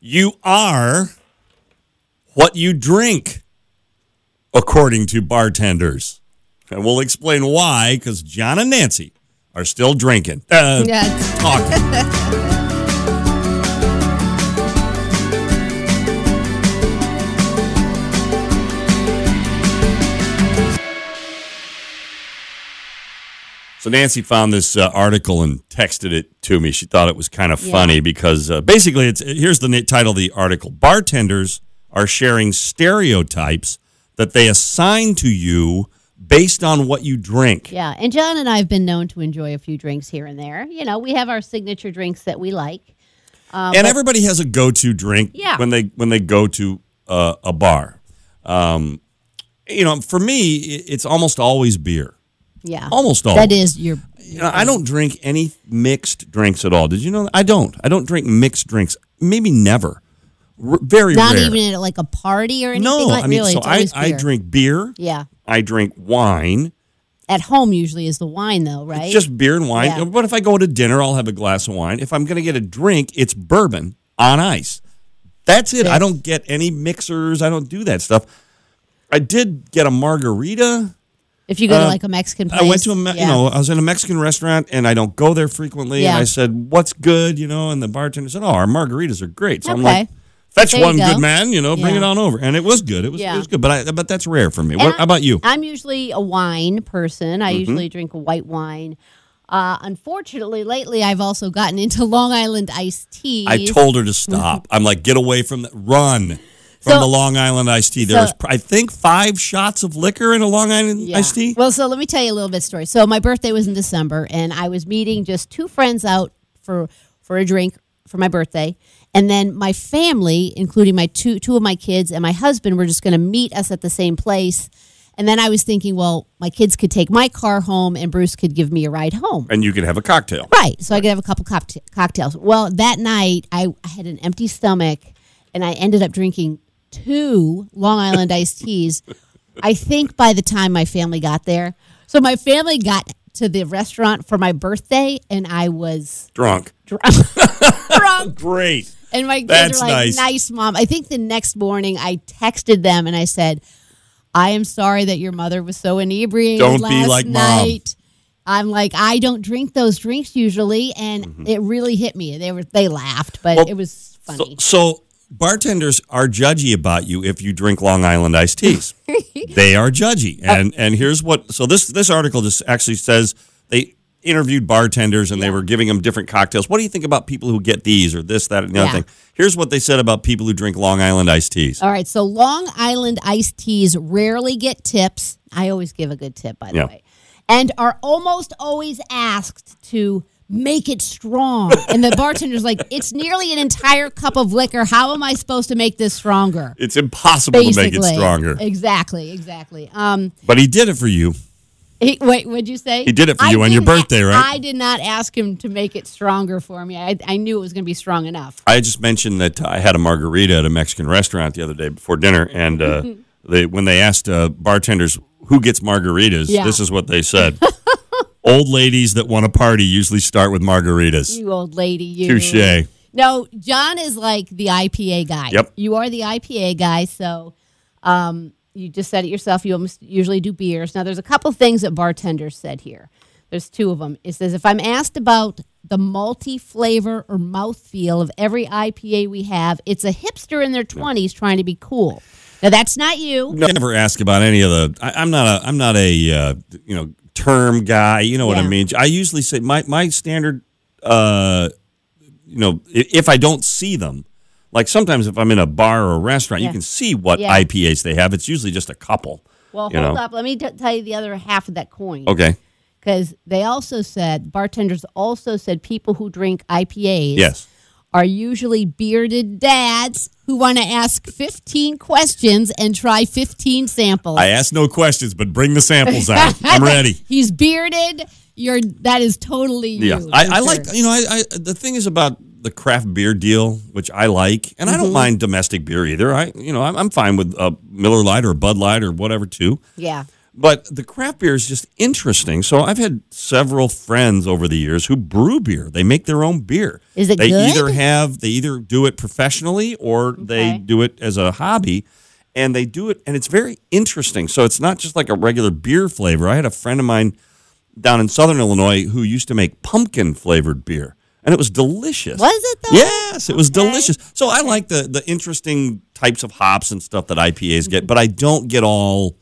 You are what you drink, according to bartenders. And we'll explain why, because John and Nancy are still drinking. Uh, Yeah. talking. So Nancy found this uh, article and texted it to me. She thought it was kind of Yeah. funny because uh, basically, it's here's the na- title of the article: Bartenders are sharing stereotypes that they assign to you based on what you drink. Yeah. And John and I have been known to enjoy a few drinks here and there. You know, we have our signature drinks that we like. and everybody has a go-to drink Yeah. when they when they go to uh, a bar. Um, you know, for me, i- it's almost always beer. Yeah. Almost always. That is your. You know, I don't drink any mixed drinks at all. Did you know? That? I don't. I don't drink mixed drinks. Maybe never. R- very Not rare. even at like a party or anything no, like I mean, really. so it's I, always I beer. drink beer. Yeah. I drink wine. At home, usually is the wine, though, right? It's just beer and wine. Yeah. But if I go to dinner, I'll have a glass of wine. If I'm going to get a drink, it's bourbon on ice. That's it. I don't get any mixers. I don't do that stuff. I did get a margarita. if you go to uh, like a Mexican place. I went to a, me- yeah. you know, I was in a Mexican restaurant and I don't go there frequently. Yeah. And I said, what's good, you know? And the bartender said, oh, our margaritas are great. So I'm like, Okay. that's There you one go. good man, you know, bring Yeah. it on over. And it was good. It was, Yeah. it was good. But I, but that's rare for me. And What, I- how about you? Mm-hmm. I'm usually a wine person. I usually drink white wine. Uh, unfortunately, lately I've also gotten into Long Island iced tea. I told her to stop. I'm like, get away from the run from Mm-hmm. So- the Long Island iced tea. There so- was, pr- I think, five shots of liquor in a Long Island Yeah. iced tea. Well, so let me tell you a little bit story. So my birthday was in December, and I was meeting just two friends out for for a drink for my birthday, and then my family, including my two two of my kids and my husband, were just going to meet us at the same place. And then I was thinking, well, my kids could take my car home, and Bruce could give me a ride home. and you could have a cocktail. Right. So I could have a couple cockta- cocktails. Well, that night I, I had an empty stomach and I ended up drinking two Long Island iced teas. I think by the time my family got there. So my family got to the restaurant for my birthday and I was Drunk. drunk. Great. And my kids That's were like, nice. nice. mom. I think the next morning I texted them and I said, I am sorry that your mother was so inebriated Don't be last like mom." night. I'm like, I don't drink those drinks usually, and it really hit me. They were they laughed, Mm-hmm. but Well, it was So, funny. so bartenders are judgy about you if you drink Long Island iced teas. they are judgy, Oh. and and here's what. So this this article just actually says they interviewed bartenders and they were giving them different cocktails. What do you think about people who get these or this, that, and the other Yeah. thing? Here's what they said about people who drink Long Island iced teas. All right, so Long Island iced teas rarely get tips. I always give a good tip, by the Yeah. way, and are almost always asked to make it strong. and the bartender's like, it's nearly an entire cup of liquor. How am I supposed to make this stronger? It's impossible Basically, to make it stronger. Exactly, exactly. Um, But he did it for you. He, wait, what'd you say? He did it for you on your didn't a- birthday, right? I did not ask him to make it stronger for me. I, I knew it was going to be strong enough. I just mentioned that uh, I had a margarita at a Mexican restaurant the other day before dinner, and uh, they, when they asked uh, bartenders who gets margaritas, Yeah. this is what they said: Old ladies that want to party usually start with margaritas. You old lady, you. Touche. No, John is like the IPA guy. Yep. You are the IPA guy, so um, you just said it yourself. You almost usually do beers. Now, there's a couple things that bartenders said here. There's two of them. It says if I'm asked about the multi flavor or mouthfeel of every IPA we have, it's a hipster in their 20s trying to be cool. Now, that's not you. Never ask about any of the. I, I'm not a. I'm not a. Uh, you know, term guy. You know what I Yeah. mean. I usually say my my standard. Uh, you know, i- if I don't see them, like sometimes if I'm in a bar or a restaurant, you Yeah. can see what Yeah. IPAs they have. It's usually just a couple. Well, you hold know? up. Let me t- tell you the other half of that coin. Okay. Because they also said, bartenders also said people who drink IPAs Yes. are usually bearded dads who want to ask 15 questions and try 15 samples. I ask no questions, but bring the samples out. I'm ready. He's bearded. You're that is totally you. Yeah, I, for I sure. like uh, you know I, I the thing is about the craft beer deal, which I like, and I Mm-hmm. don't mind domestic beer either. I you know I'm, I'm fine with uh, Miller Lite or Bud Light or whatever too. Yeah. But the craft beer is just interesting. So I've had several friends over the years who brew beer. They make their own beer. Is it they good? either have they either do it professionally or they Okay. do it as a hobby and they do it and it's very interesting. So it's not just like a regular beer flavor. I had a friend of mine down in southern Illinois who used to make pumpkin flavored beer and it was delicious. Was it though? Yes, it was delicious. So I like the the interesting types of hops and stuff that IPAs Mm-hmm. get, but I don't get all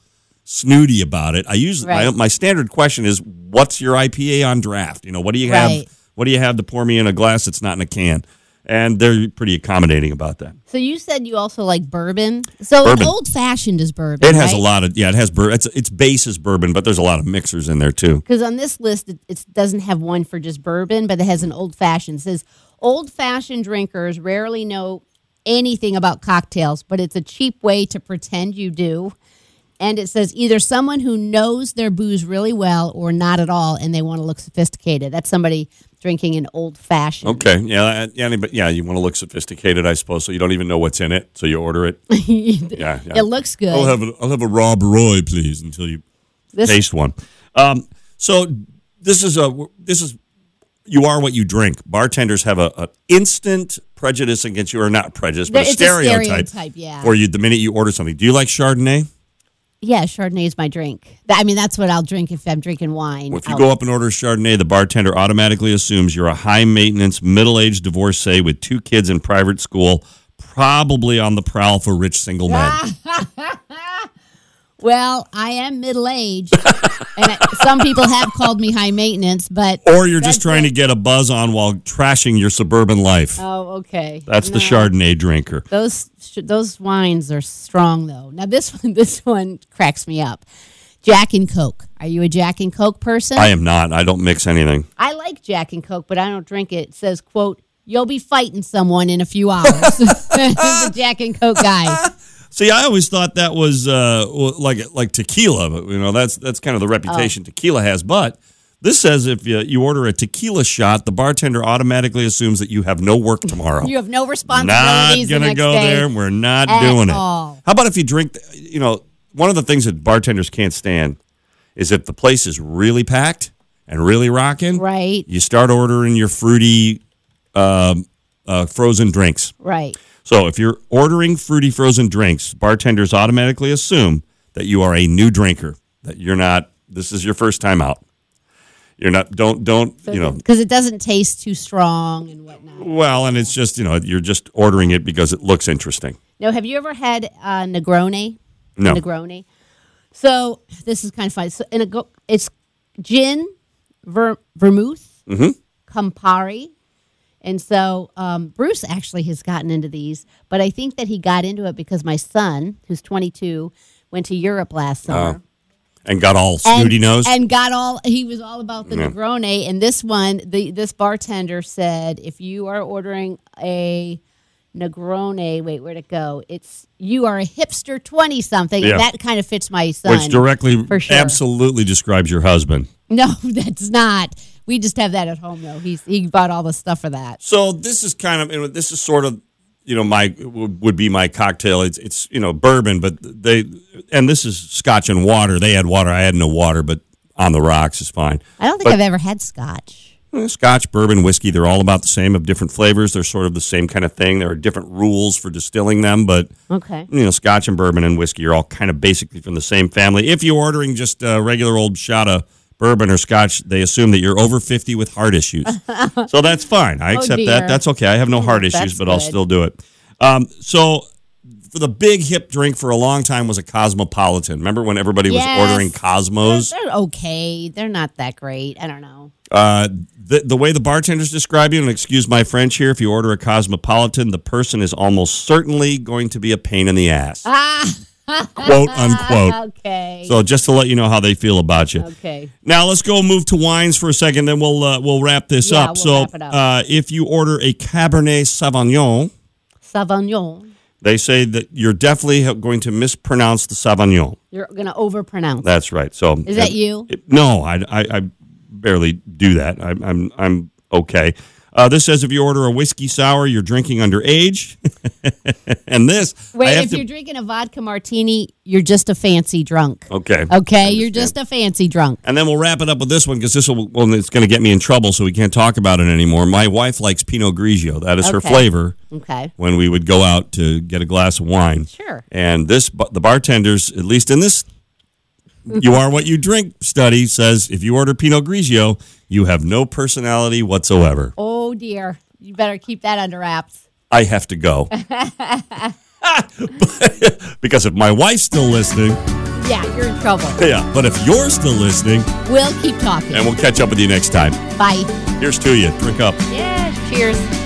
snooty about it. I usually Right. my, my standard question is, "What's your IPA on draft?" You know, what do you Right. have? What do you have to pour me in a glass that's not in a can? And they're pretty accommodating about that. So you said you also like bourbon. So Bourbon. old fashioned is bourbon. It has a right? lot of yeah, it has bur- it's its base is bourbon, but there's a lot of mixers in there too. because on this list it, it doesn't have one for just bourbon, but it has an old fashioned. It says old fashioned drinkers rarely know anything about cocktails, but it's a cheap way to pretend you do. And it says either someone who knows their booze really well or not at all, and they want to look sophisticated. That's somebody drinking an old fashioned. Okay, yeah, uh, yeah, but yeah, you want to look sophisticated, I suppose. So you don't even know what's in it, so you order it. yeah, yeah. It looks good. I'll have a, I'll have a Rob Roy, please, until you This- taste one. Um, so this is a this is you are what you drink. Bartenders have a, a instant prejudice against you, or not prejudice, but There- a it's a stereotype, stereotype, yeah. for you the minute you order something. Do you like Chardonnay? yeah, Chardonnay is my drink. Th- I mean, that's what I'll drink if I'm drinking wine. Well, if you I'll- go up and order Chardonnay, the bartender automatically assumes you're a high maintenance, middle aged divorcee with two kids in private school, probably on the prowl for rich single men. Ah, Well, I am middle aged, and I, some people have called me high maintenance, but Or you're That's just trying to get a buzz on while trashing your suburban life. oh, okay. That's the No. Chardonnay drinker. Those sh- those wines are strong though. Now this one this one cracks me up. Jack and Coke. Are you a Jack and Coke person? I am not. I don't mix anything. I like Jack and Coke, but I don't drink it. It says, "quote You'll be fighting someone in a few hours." the Jack and Coke guy. See, I always thought that was uh, w- like like tequila, but you know that's that's kind of the reputation Oh. tequila has. But this says if you, you order a tequila shot, the bartender automatically assumes that you have no work tomorrow. You have no not responsibilities. the gonna next go day. there. We're not at doing it. all. How about if you drink? th- You know, one of the things that bartenders can't stand is if the place is really packed and really rocking. Right. You start ordering your fruity um, uh, frozen drinks. Right. So if you're ordering fruity frozen drinks, bartenders automatically assume that you are a new drinker, that you're not this is your first time out. You're not don't don't, you know, because it doesn't taste too strong and whatnot. well, and it's just, you know, you're just ordering it because it looks interesting. Now, have you ever had uh, Negroni? No. Negroni. So this is kind of funny. So in a go- it's gin, ver- vermouth, Campari, and so um, Bruce actually has gotten into these, but I think that he got into it because my son, who's 22, went to Europe last summer. And got all snooty nose. and got all he was all about the Negroni. And this one, the this bartender said, if you are ordering a Negroni, wait, where'd it go? It's you are a hipster twenty something. Yeah. That kind of fits my son. which directly for sure. absolutely describes your husband. no, that's not. We just have that at home though. He's he bought all the stuff for that. So this is kind of you know, this is sort of you know my would would be my cocktail. It's it's you know bourbon, but they and this is scotch and water. They had water. I had no water, but on the rocks is fine. I don't think I've ever had scotch. Eh, Scotch, bourbon, whiskey, they're all about the same of different flavors. They're sort of the same kind of thing. There are different rules for distilling them, but Okay. you know, scotch and bourbon and whiskey are all kind of basically from the same family. If you're ordering just a regular old shot of bourbon or scotch, they assume that you're over 50 with heart issues. so that's fine. I accept Oh, dear. that. That's okay. I have no heart that's issues, but I'll good. still do it. Um, so for the big hip drink for a long time was a Cosmopolitan. Remember when everybody Yes. was ordering Cosmos? They're okay. They're not that great. I don't know. Uh, the, the way the bartenders describe you, and excuse my French here, if you order a Cosmopolitan, the person is almost certainly going to be a pain in the ass. Ah. Quote unquote. Okay. So just to let you know how they feel about you. okay. Now let's go move to wines for a second, then we'll uh, we'll wrap this Yeah, up. we'll so wrap it up. Uh, if you order a Cabernet Sauvignon, Sauvignon. they say that you're definitely ha- going to mispronounce the Sauvignon. You're gonna overpronounce. That's right. So Is that you? it- no, I, I, I barely do that. I, I'm I'm okay. Uh, this says if you order a whiskey sour, you're drinking underage. and this, I Wait, have if to- you're drinking a vodka martini, you're just a fancy drunk. okay, Okay, you're just a fancy drunk. And then we'll wrap it up with this one because this will well, it's going to get me in trouble, so we can't talk about it anymore. My wife likes Pinot Grigio; that is her Okay. flavor. Okay. When we would go out to get a glass of wine, Sure. And this, bu- the bartenders, at least in this, you are what you drink study says if you order Pinot Grigio, you have no personality whatsoever. Oh dear, you better keep that under wraps. I have to go. because if my wife's still listening, Yeah, you're in trouble. yeah, but if you're still listening, We'll keep talking. and we'll catch up with you next time. Bye. Here's to you. Drink up. Yes. Cheers.